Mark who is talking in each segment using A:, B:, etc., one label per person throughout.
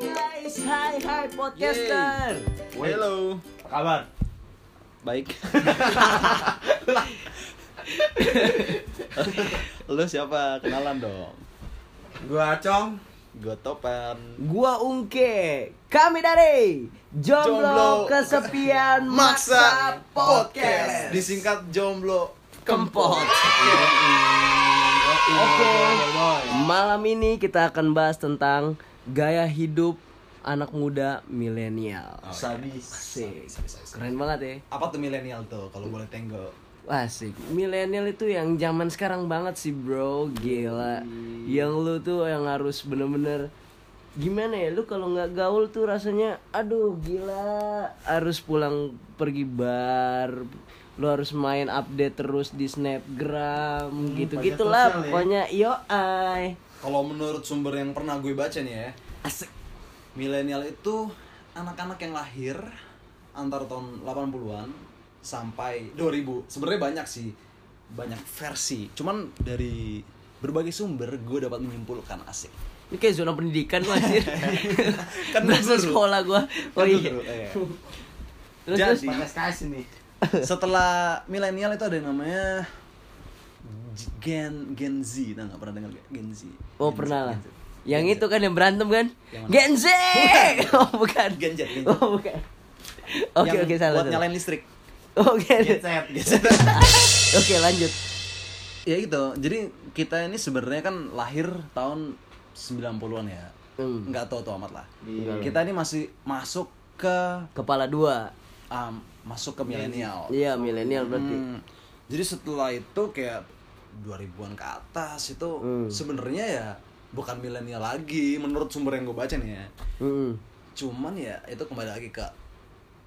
A: guys, hai hai podcaster.
B: Hello.
A: Apa kabar?
B: Baik. Lu siapa? Kenalan dong.
C: Gua Acong
B: Gue Topan.
A: Gua Ungke, kami dari Jomblo,
B: Jomblo
A: Kesepian Maksa
B: Maksa
A: Podcast.
B: Disingkat jomblo.
A: Kempot. Oke. Malam ini kita akan bahas tentang gaya hidup anak muda milenial.
C: Oh, iya. Sadis
A: Asik. Keren banget ya.
C: Apa tuh milenial tuh kalau boleh tenggo
A: Asik, milenial itu yang zaman sekarang banget sih bro, gila. Yang lu tuh yang harus bener-bener gimana ya, lu kalau nggak gaul tuh rasanya, aduh gila. Harus pulang pergi bar, lu harus main update terus di snapgram,
C: Hmm,
A: gitu gitulah.
C: ya.
A: Pokoknya yo ay.
C: Kalau menurut sumber yang pernah gue baca nih ya
A: Asik.
C: Milenial itu anak-anak yang lahir antara tahun 80-an sampai 2000 Sebenarnya banyak sih banyak versi cuman dari berbagai sumber gue dapat menyimpulkan asik
A: Ini kayak zona pendidikan lu anjir. Kan
C: Kan lu guru.
A: sekolah gua. Oh
C: Kan lu
A: iya.
C: guru, iya.
A: Terus terus
C: Jadi- setelah milenial itu ada yang namanya G- Gen Gen Z, nah nggak pernah dengar nggak? Gen Z.
A: Oh
C: Gen Z,
A: pernah lah.
C: Gen Z.
A: Yang
C: Gen Z.
A: itu kan yang berantem kan?
C: Yang mana?
A: Gen Z. Oh bukan.
C: Gen Z, Gen Z.
A: Oh bukan. Oke
C: Yang
A: oke salah.
C: Buat
A: salah.
C: nyalain listrik.
A: Oke.
C: Gen Z.
A: Oke lanjut.
C: ya gitu. Jadi kita ini sebenarnya kan lahir tahun 90-an ya.
A: Hmm. Iya.
C: Nggak tahu tuh amat lah. Kita ini masih masuk ke
A: Kepala dua.
C: um, masuk ke milenial.
A: Iya milenial berarti.
C: Hmm. Jadi setelah itu kayak 2000-an ke atas itu
A: Hmm.
C: sebenarnya ya bukan milenial lagi menurut sumber yang gue baca nih ya.
A: Mm-mm.
C: Cuman ya itu kembali lagi ke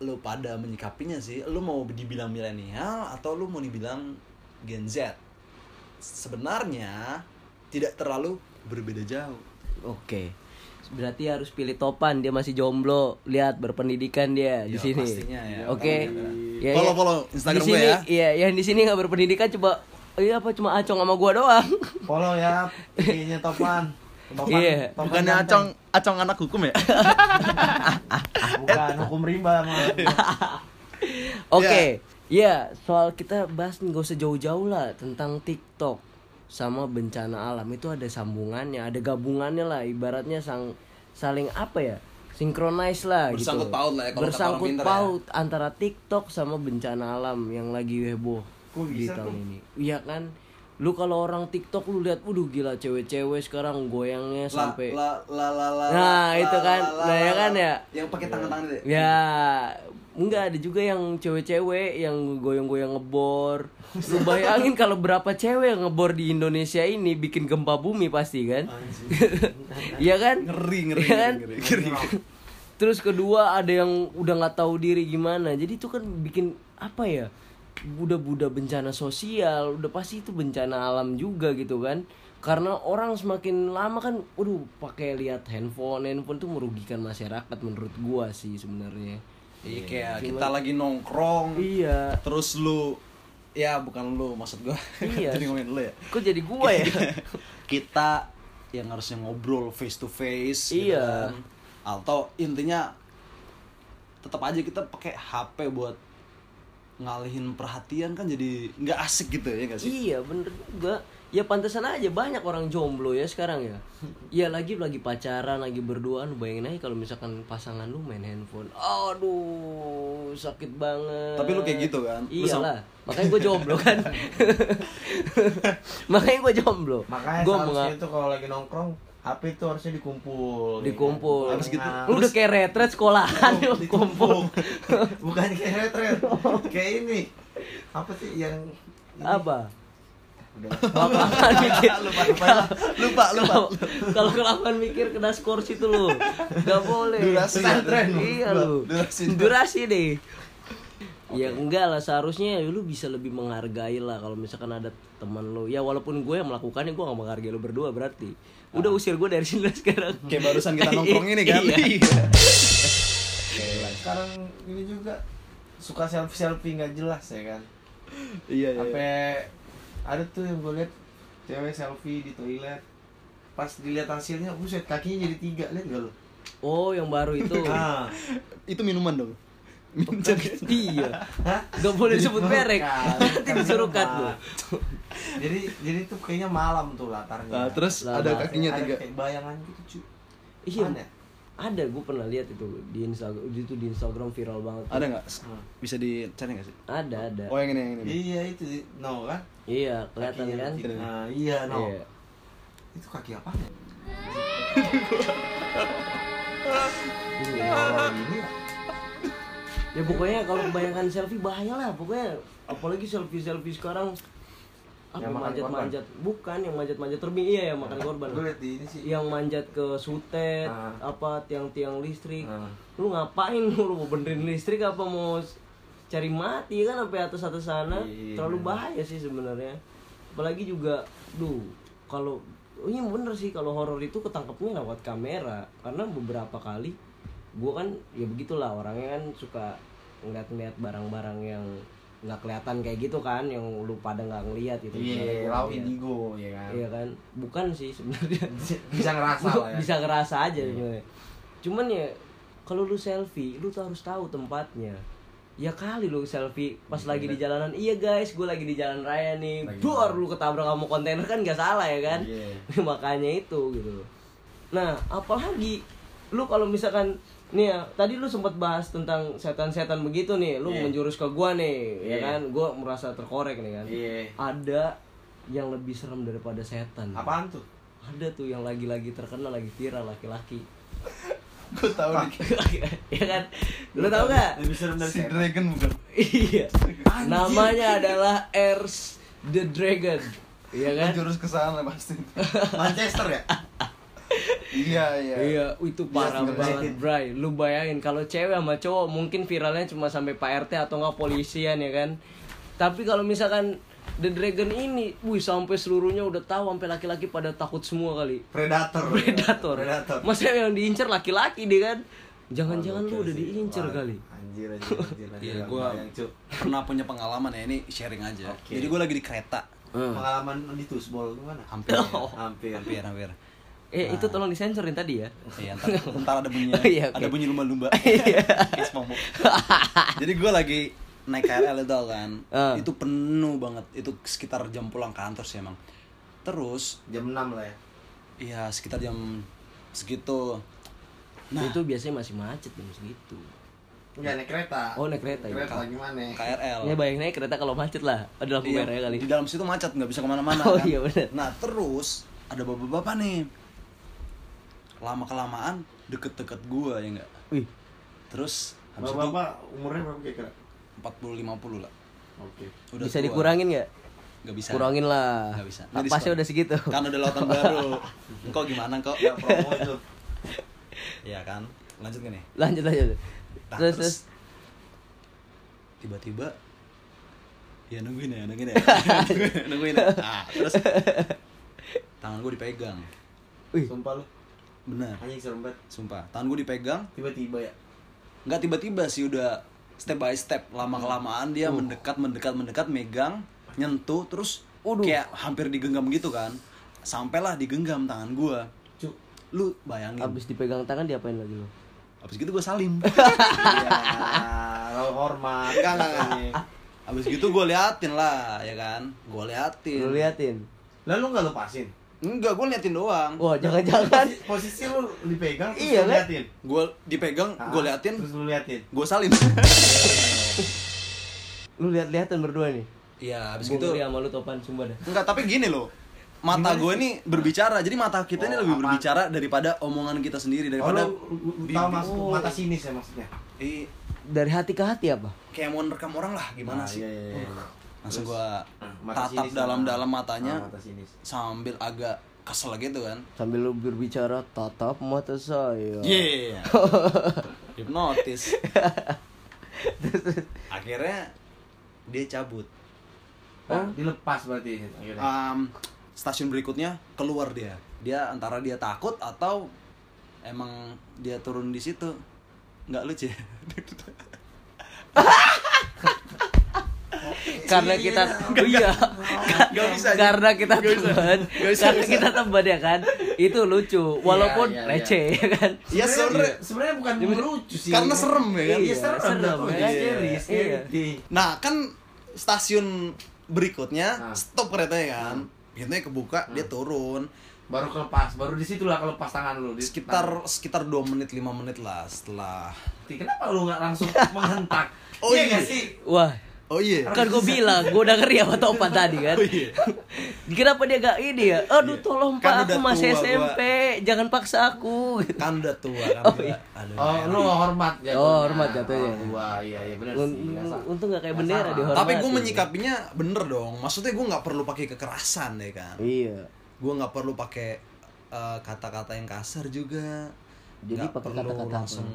C: lu pada menyikapinya sih. Lu mau dibilang milenial atau lu mau dibilang Gen Z. Sebenarnya tidak terlalu berbeda jauh.
A: Oke. Berarti harus pilih topan dia masih jomblo. Lihat berpendidikan dia di
C: Ya,
A: sini.
C: pastinya ya.
A: Oke.
C: Ya, Follow-follow Instagram
A: Di sini,
C: gue ya.
A: Iya yang di sini nggak berpendidikan coba. Iya apa cuma acong sama gua doang.
D: Follow ya IG-nya Topan. Topan.
A: Iya.
D: Topan
C: Bukannya
D: ganteng.
C: acong acong anak hukum ya?
D: Ah, Bukan
A: Eh.
D: hukum rimba malah.
A: Oke, ya soal kita bahas nggak usah jauh-jauh lah tentang TikTok sama bencana alam itu ada sambungannya, ada gabungannya lah. Ibaratnya sang saling apa ya? Sinkronize lah
C: Bersangkut
A: gitu.
C: paut lah ya, kalau kata orang
A: Bersangkut
C: pinter ya.
A: paut antara TikTok sama bencana alam yang lagi heboh
D: Kok
A: di
D: bisa
A: tahun
D: tuh?
A: ini. Iya kan? Lu kalau orang TikTok lu lihat, waduh gila cewek-cewek sekarang goyangnya
C: La,
A: sampai
C: la, la, la, la,
A: Nah,
C: la,
A: itu kan.
C: la, la,
A: Nah, ya
C: la,
A: kan
C: la.
A: ya?
C: Yang pakai tangan-tangan itu.
A: Ya, enggak ada juga yang cewek-cewek yang goyang-goyang ngebor. Lu bayangin kalau berapa cewek yang ngebor di Indonesia ini bikin gempa bumi pasti kan? Iya kan?
C: Ngeri, ngeri,
A: Iya kan?
C: ngeri, ngeri, ngeri.
A: Terus kedua ada yang udah nggak tahu diri gimana. Jadi itu kan bikin apa ya? Udah-udah bencana sosial, udah pasti itu bencana alam juga gitu kan. Karena orang semakin lama kan, waduh, pakai lihat handphone, handphone tuh merugikan masyarakat menurut gua sih sebenarnya.
C: Iya kayak kita lagi nongkrong.
A: Iya.
C: Terus lu ya bukan lu maksud gua.
A: Iya.
C: Jadi ngomongin lu ya.
A: Kok jadi gua ya?
C: Gitu. kita yang harusnya ngobrol face to face
A: Iya.
C: kan. Atau intinya tetap aja kita pakai HP buat ngalihin perhatian kan jadi nggak asik gitu ya nggak sih?
A: Iya bener juga Ya pantesan aja banyak orang jomblo ya sekarang ya Iya lagi lagi pacaran, lagi berduaan Lu Bayangin aja kalau misalkan pasangan lu main handphone Aduh sakit banget
C: Tapi lu kayak gitu kan? Lu
A: Iya
C: sama-
A: lah Makanya gue jomblo kan Makanya gue jomblo
D: Makanya
A: Gua
D: seharusnya
A: menga-
D: itu kalau lagi nongkrong HP itu harusnya dikumpul.
A: Dikumpul
D: Habis gitu.
A: Lu udah kayak retret sekolahan lu kumpul
D: Bukan kayak retret. kayak ini. Apa sih yang
A: Apa?
D: Udah.
A: Kelamaan mikir
C: lupa lupa lupa lupa.
A: Kalau- Kalau kelamaan mikir kena skor situ lu Gak boleh
C: Durasi ya,
D: Pesantren lu.
A: Iya lu
C: Durasi.
A: Durasi deh Ya enggak lah seharusnya ya lu bisa lebih menghargai lah kalau misalkan ada teman lu ya walaupun gue yang melakukannya gue gak menghargai lu berdua berarti udah usir gue dari sini lah sekarang
C: Ah. Kayak barusan kita nongkrong ini kan.
A: Iya.
D: sekarang ini juga suka selfie selfie nggak jelas ya kan?
C: Iya iya.
D: Sampai ada tuh yang gue liat cewek selfie di toilet pas dilihat hasilnya buset kakinya jadi tiga lihat gak lo
A: Oh, yang baru itu. Oh,
D: Ah.
B: Itu minuman dong.
A: iya. Gak boleh disebut merek.
D: Bukan,
A: Nanti
D: bukan
A: disuruh cut lu.
D: minuman. jadi jadi itu kayaknya malam tuh latarnya
B: Nah, terus
A: Lah,
B: ada
A: lah.
B: kakinya
D: Ada
B: tiga.
D: kayak bayangan gitu cu
A: Iya.
D: Mana?
A: Ada, gue pernah lihat itu di Instagram. Itu di Instagram viral banget.
B: Ada nggak? Bisa dicari nggak sih?
A: Ada, ada.
B: Oh yang ini yang ini.
D: iya itu no kan
A: Iya, kelihatan
D: Kakinya
A: kan?
D: tiga. nah, iya no
A: Iya.
D: itu kaki apa ya?
A: Iya. Ya pokoknya kalau kebanyakan selfie bahaya lah pokoknya apalagi selfie-selfie sekarang apa
D: Yang makan
A: manjat-manjat bukan yang manjat-manjat terbi iya ya makan korban
D: gue liat di ini sih
A: yang manjat ke sutet
D: Ah.
A: apa tiang-tiang listrik
D: Ah.
A: lu ngapain lu mau benerin listrik apa mau s- cari mati kan sampai atas atas sana
D: Iya.
A: terlalu bahaya sih sebenarnya apalagi juga duh kalau oh iya bener sih kalau horor itu ketangkepnya lewat kamera karena beberapa kali gua kan ya begitulah orangnya kan suka ngeliat-ngeliat barang-barang yang nggak kelihatan kayak gitu kan yang lu pada nggak ngeliat gitu Misalnya
D: iya
A: gua
D: laut
A: ngeliat.
D: indigo ya kan
A: Iya kan? Bukan sih sebenarnya.
D: bisa ngerasa lah ya
A: Bisa ngerasa aja sebenarnya. Cuman ya kalau lu selfie, lu tuh harus tahu tempatnya. Ya kali lu selfie pas lagi di jalanan. Iya guys, gue lagi di jalan raya nih.
D: Lagi
A: Bor lu ketabrak sama kontainer kan gak salah ya kan?
D: Iya.
A: Makanya itu gitu. Nah, apalagi lu kalau misalkan nih ya, tadi lu sempat bahas tentang setan-setan begitu nih. Lu menjurus ke gua nih, ya
D: Iya.
A: kan? Gua merasa terkorek nih kan
D: iya
A: ada yang lebih serem daripada setan.
D: apaan tuh
A: Ada tuh yang lagi-lagi terkenal lagi viral laki-laki.
B: Gue tahu
A: Ah,
B: nih.
A: ya kan? Lu tau gak?
D: lebih serem dari
B: Si
D: setan
B: Dragon bukan.
A: iya. Namanya adalah Ers the Dragon. Iya kan?
B: Jurus ke sana pasti.
D: Manchester ya
B: Iya iya.
A: Iya, itu parah
D: Iya,
A: banget, Bray. Lu bayangin kalau cewek sama cowok mungkin viralnya cuma sampai Pak RT atau enggak polisian ya kan. Tapi kalau misalkan The Dragon ini, wih sampai seluruhnya udah tahu sampai laki-laki pada takut semua kali.
D: predator
A: predator.
D: predator
A: Maksudnya yang diincer laki-laki deh kan.
D: Wah,
A: Jangan-jangan lu
D: gokil
A: udah
D: sih.
A: diincer
D: Wah,
A: kali.
D: anjir anjir anjir anjir
C: Iya,
D: Gak
C: gua-
D: kebayang, Cuk.
C: pernah punya pengalaman ya ini sharing aja
D: Oke.
C: jadi gue lagi di kereta
A: Eh,
D: pengalaman di tusbol gimana
C: hampir
A: Oh.
D: hampir
C: hampir hampir
A: Eh itu tolong disensorin tadi ya.
C: Iya, ntar, ntar ada bunyinya,
A: Oh, iya, oke. Iya.
C: ada bunyi lumba-lumba. Iya. Kayak semamuk. Jadi gue lagi naik KRL itu kan,
A: Ah.
C: itu penuh banget. Itu sekitar jam pulang kantor sih emang. Terus,
D: jam 6 lah ya
C: iya sekitar jam segitu. Nah,
A: Itu biasanya masih macet jam segitu.
D: Enggak naik kereta.
A: Oh, naik kereta, iya.
D: Kereta gimana?
C: KRL.
A: Ya bayanginnya kereta kalau macet lah, ada lampu
C: Iya,
A: merah ya kali.
C: Di dalam situ macet nggak bisa kemana-mana.
A: Oh,
C: kan?
A: iya, bener.
C: Nah terus ada bapak-bapak nih lama kelamaan deket-deket gua ya nggak.
A: Wih,
C: Terus habis itu
D: Bapak-bapak umurnya berapa kira-kira?
C: 40-50 lah.
D: Oke.
A: bisa
C: tua.
A: dikurangin nggak?
C: Nggak bisa.
A: Kurangin lah.
C: Nggak bisa. Nggak
A: Napasnya
C: diskon.
A: udah segitu.
C: Kan udah lautan baru. Engkau gimana kok?
D: Ya promo itu.
C: Iya kan. Lanjut gak nih?
A: Lanjut lanjut.
C: Nah,
A: Terus
C: terus,
A: terus
C: tiba-tiba ya nungguin ya nungguin ya nungguin ya nah, terus tangan gue dipegang
A: Wih.
D: Sumpah lu,
C: benar
D: anjing serem banget.
C: sumpah tangan gue dipegang
D: Tiba-tiba ya.
C: nggak tiba-tiba sih udah step by step lama kelamaan dia mendekat mendekat mendekat megang nyentuh terus kayak hampir digenggam gitu kan sampailah digenggam tangan gua
D: Cuk.
C: lu bayangin abis,
A: abis dipegang tangan diapain lagi lo?
C: gitu gua salim
D: Ya, lo Iya, hormat. kan
C: Enggak, enggak, enggak. abis gitu gua liatin lah ya kan gua liatin
A: Lu liatin.
D: Lalu enggak lepasin.
C: enggak gua liatin doang
A: Wah, jangan-jangan
D: Posi- Posisi lu dipegang terus
A: Iya,
D: lu
A: Le.
D: liatin.
C: gua dipegang
D: Ah,
C: gua liatin
D: Terus lu liatin.
C: gua salim
A: lu lihat-lihatan berdua nih.
C: iya abis
A: Gua
C: gitu
A: ngeri sama lu topan sumpah dah.
C: Enggak, tapi gini loh. Mata gue ini berbicara, jadi mata kita ini
D: Oh,
C: lebih
D: apaan?
C: berbicara daripada omongan kita sendiri,
D: Oh,
C: daripada
D: lu, lu, lu tahu mas mata sinis ya maksudnya.
C: Ih,
A: Dari hati ke hati apa?
C: kayak mau nerekam orang lah, gimana
D: Nah,
C: sih?
D: Iya, iya, iya.
C: Langsung
D: Terus,
C: gue
D: ah, mata
C: tatap
D: sinis
C: dalam-dalam
D: sama-
C: matanya,
D: sama mata sinis.
C: sambil agak kesel gitu kan.
A: Sambil lu berbicara tatap mata
D: Oh.
A: saya.
C: Yeah. Iya. Hipnotis. Akhirnya dia cabut.
D: Nah, dilepas berarti akhirnya.
C: Um, stasiun berikutnya keluar dia. Dia antara dia takut atau emang dia turun di situ. Nggak lucu. ya?
A: karena kita oh iya
C: Gak bisa. Ji.
A: karena kita teman karena kita teman ya kan itu lucu walaupun
B: iya, iya.
A: receh ya kan
C: Iya sebenarnya.
D: sebenarnya bukan lucu sih.
C: Karena serem ya kan.
D: Iya, serem,
A: serem,
D: serem
A: ya.
D: ya. Serius,
A: Iya.
D: ngeri.
C: Nah kan stasiun berikutnya
D: Ah.
C: stop keretanya kan. Pintunya kebuka dia turun.
D: Baru kelepas, baru disitulah kelepas tangan lu. Di-
C: Sekitar sekitar 2 menit 5 menit lah setelah.
D: Kenapa lu nggak langsung menghentak?
C: Oh,
D: Iya
C: iya.
D: nggak sih?
A: wah
C: Oh iya.
A: kan gue bilang gue udah ngeri sama Topan tadi kan kenapa dia gak ini ya aduh tolong
C: Kan
A: pak aku
C: udah
A: masih
C: tua,
A: SMP jangan paksa aku gitu.
C: Kan udah tua kan.
A: Oh,
C: gila.
A: iya.
C: Aduh,
D: Oh,
C: merah.
D: lu hormat ya.
A: Oh, hormat jatuhnya.
D: Wah, iya iya benar sih.
A: Un-
D: nggak salah.
A: untung gak kayak
D: Nggak
A: bendera
D: salah.
A: di hormat
C: Tapi gue menyikapinya bener dong. Maksudnya gue nggak perlu pakai kekerasan ya kan.
A: iya
C: Gue nggak perlu pakai eh, kata-kata yang kasar juga.
A: jadi
C: Nggak
A: pakai
C: perlu
A: kata-kata apa?
C: langsung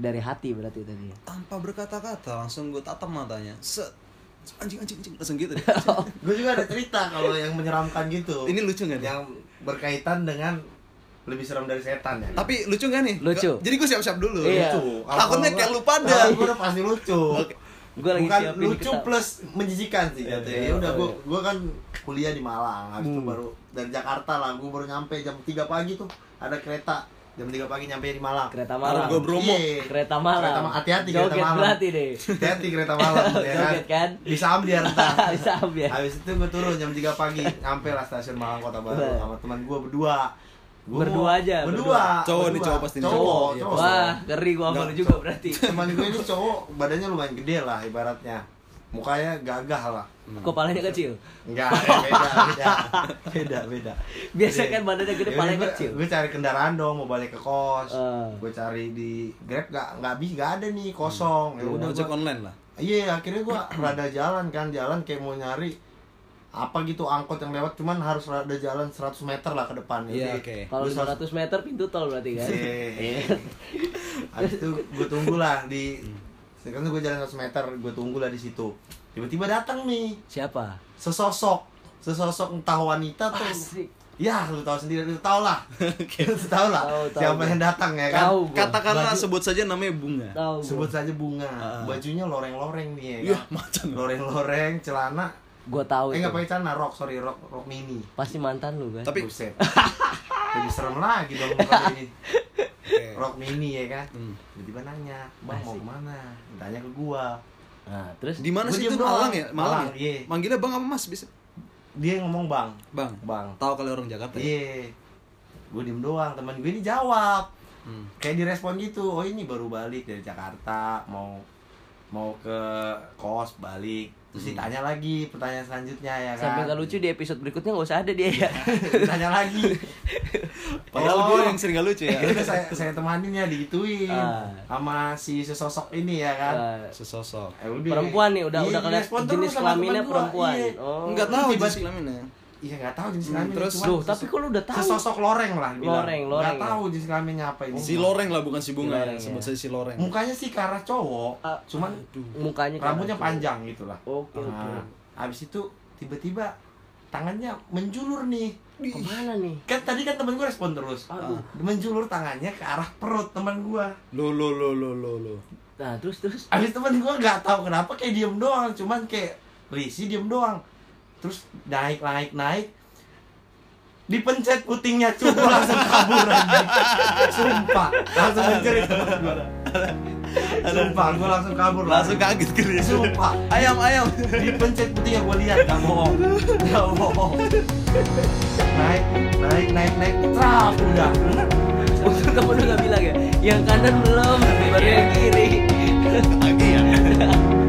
A: dari hati berarti tadi ya
C: tanpa berkata-kata langsung gue tatap matanya. Set. Anjing anjing anjing langsung gitu.
D: Gue juga ada cerita kalau yang menyeramkan gitu.
C: Ini lucu nggak nih?
D: Yang berkaitan dengan lebih seram dari setan ya.
C: Tapi lucu gak nih?
A: Lucu.
C: Jadi gue siap-siap dulu.
A: Iya.
D: Lucu.
C: Takutnya kayak lu pada.
D: Gue Nah, udah pasti lucu.
C: Oke.
A: Gua lagi
D: Bukan
A: siapin
D: lucu
A: kita-
D: plus menjijikan sih
C: Iya,
D: jatuhnya. Ya udah gue gue kan kuliah di Malang, habis
C: Hmm.
D: itu baru dari Jakarta lah, gue baru nyampe jam 3 pagi tuh ada kereta jam 3 pagi nyampe di Malang.
A: Kereta malam.
C: Gua Bromo.
D: Iya.
A: kereta malam
D: Kereta ma- hati-hati kereta
A: Joget
D: malam.
A: berarti deh
D: Hati-hati kereta malam ya kan.
A: Joget kan?
D: Bisa ambiar entar.
A: Bisa ambiar.
D: Habis itu gue turun jam 3 pagi, nyampe lah stasiun Malang Kota Baru
A: Wah.
D: sama teman gue berdua. Gua
A: Berdua
D: mau-
A: aja,
D: Berdua.
C: berdua. Cowok nih,
D: berdua.
C: cowok pasti nih.
D: Cowok,
C: Iya,
D: cowok.
A: wah ngeri gua sama
D: Nggak,
A: lu juga berarti
D: Teman gue ini cowok badannya lumayan gede lah ibaratnya. Mukanya gagah lah.
C: Hmm.
A: kepalanya kecil
D: Enggak, ya beda, beda, beda, beda.
A: Biasa kan badannya gede, palanya kecil.
D: Gue cari kendaraan dong, mau balik ke kos.
A: Eh.
D: Gue cari di Grab nggak nggak bisa, nggak ada nih kosong.
A: Hmm.
D: Ya udah
C: Ojek
D: gua-
C: online lah.
D: Iya, akhirnya gue rada jalan kan, jalan kayak mau nyari apa gitu angkot yang lewat, cuman harus rada jalan 100 meter lah ke depan.
C: Iya,
D: Jadi,
C: oke.
A: kalau
D: gua
A: 200 meter pintu tol berarti kan
D: Iya. Habis itu gue tunggulah di
A: Hmm.
D: kan gue jalan 100 meter, gue tunggulah di situ. Tiba-tiba datang nih
A: siapa
D: sesosok, sesosok entah wanita tuh.
A: Asik.
D: Ya, lu tahu sendiri, lu tahu lah. Lu tahu lah
A: Tahu, tahu.
D: siapa yang datang ya kan.
A: Tahu gua.
C: Katakanlah
D: Baju-
C: sebut saja namanya Bunga.
A: tahu gua.
D: Sebut saja bunga.
C: Ah.
D: Bajunya loreng-loreng nih ya.
C: Iya,
D: kan?
C: macan.
D: Loreng-loreng, celana.
A: gua tahu
D: Eh nggak
A: itu.
D: pakai celana, rok, sorry, rok, rok mini.
A: pasti mantan lu kan
C: Tapi-
D: Buset. Lebih serem lagi dong muka ini.
C: Oke.
D: Rok mini ya kan.
C: eh, Hmm.
D: Tiba-tiba nanya, "Bang mau
A: Asik.
D: kemana?" Tanya ke gua.
A: nah terus
C: Di mana
D: Gua
C: sih
D: diem
C: itu
D: doang.
C: Malang ya?
D: Malang,
C: Malang.
D: iya.
C: ya? Manggilnya Bang apa Mas bisa?
D: Dia ngomong, "Bang."
C: Bang.
D: Bang.
C: Tahu kali orang Jakarta. ya?
D: Iya. Gue diem doang, teman gue ini jawab.
C: Hmm.
D: Kayak direspon gitu, "Oh, ini baru balik dari Jakarta, mau mau ke kos balik." Terus ditanya lagi pertanyaan selanjutnya ya kan.
A: Hmm. sampai gak lucu di episode berikutnya gak usah ada dia
D: Iya.
A: ya
D: ditanya lagi.
C: Padahal
D: Oh.
C: gue yang sering gak lucu ya.
D: Ya udah saya saya temanin ya digituin
A: Ah.
D: sama si sesosok ini ya kan.
A: Nah,
C: Sesosok.
D: Eh, udah.
A: perempuan nih udah
D: Iya,
A: udah kelihatan
D: direspon terus
A: jenis
D: sama
A: kelaminnya
D: teman gua,
A: perempuan
D: iya.
A: oh
C: Enggak tahu
D: tiba-
C: jenis kelaminnya.
D: Iya nggak tahu jenis
C: Hmm,
D: kelaminnya.
C: terus?
D: cuman
A: Duh,
D: sesosok-
A: tapi kok lu udah tahu?
D: Sesosok loreng lah. dibilang.
A: Loreng, loreng
D: Nggak tahu jenis kelaminnya apa ini.
C: Si Loreng lah bukan Oh. si Bunga.
A: Loreng,
C: ya. Sebut
A: ya.
C: saja si Loreng.
D: Mukanya sih ke arah cowok,
A: Ah,
D: cuman
A: mukanya kayak
D: rambutnya
A: gitu.
D: panjang gitu lah.
A: Oke, oke.
D: Nah, Habis itu tiba-tiba tangannya menjulur nih.
A: kemana nih
D: Kan tadi kan temen gue respon terus. Ah,
A: Aduh.
D: Menjulur tangannya ke arah perut teman gue.
C: Lo lo lo lo lo lo.
A: nah terus terus
D: Abis temen gue nggak tahu kenapa kayak diem doang, cuman kayak risi diem doang. Terus naik naik naik, dipencet putingnya cukup langsung kabur anjing. Sumpah, langsung menjerit temen gue. Sumpah, gue langsung kabur.
C: Langsung kaget gini.
D: Sumpah,
C: Ayam ayam.
D: dipencet putingnya gue lihat gak bohong, gak bohong. Naik naik naik naik, trap udah.
A: untung kamu udah gak bilang ya yang kanan belum baru yang kiri
C: Lagi ya.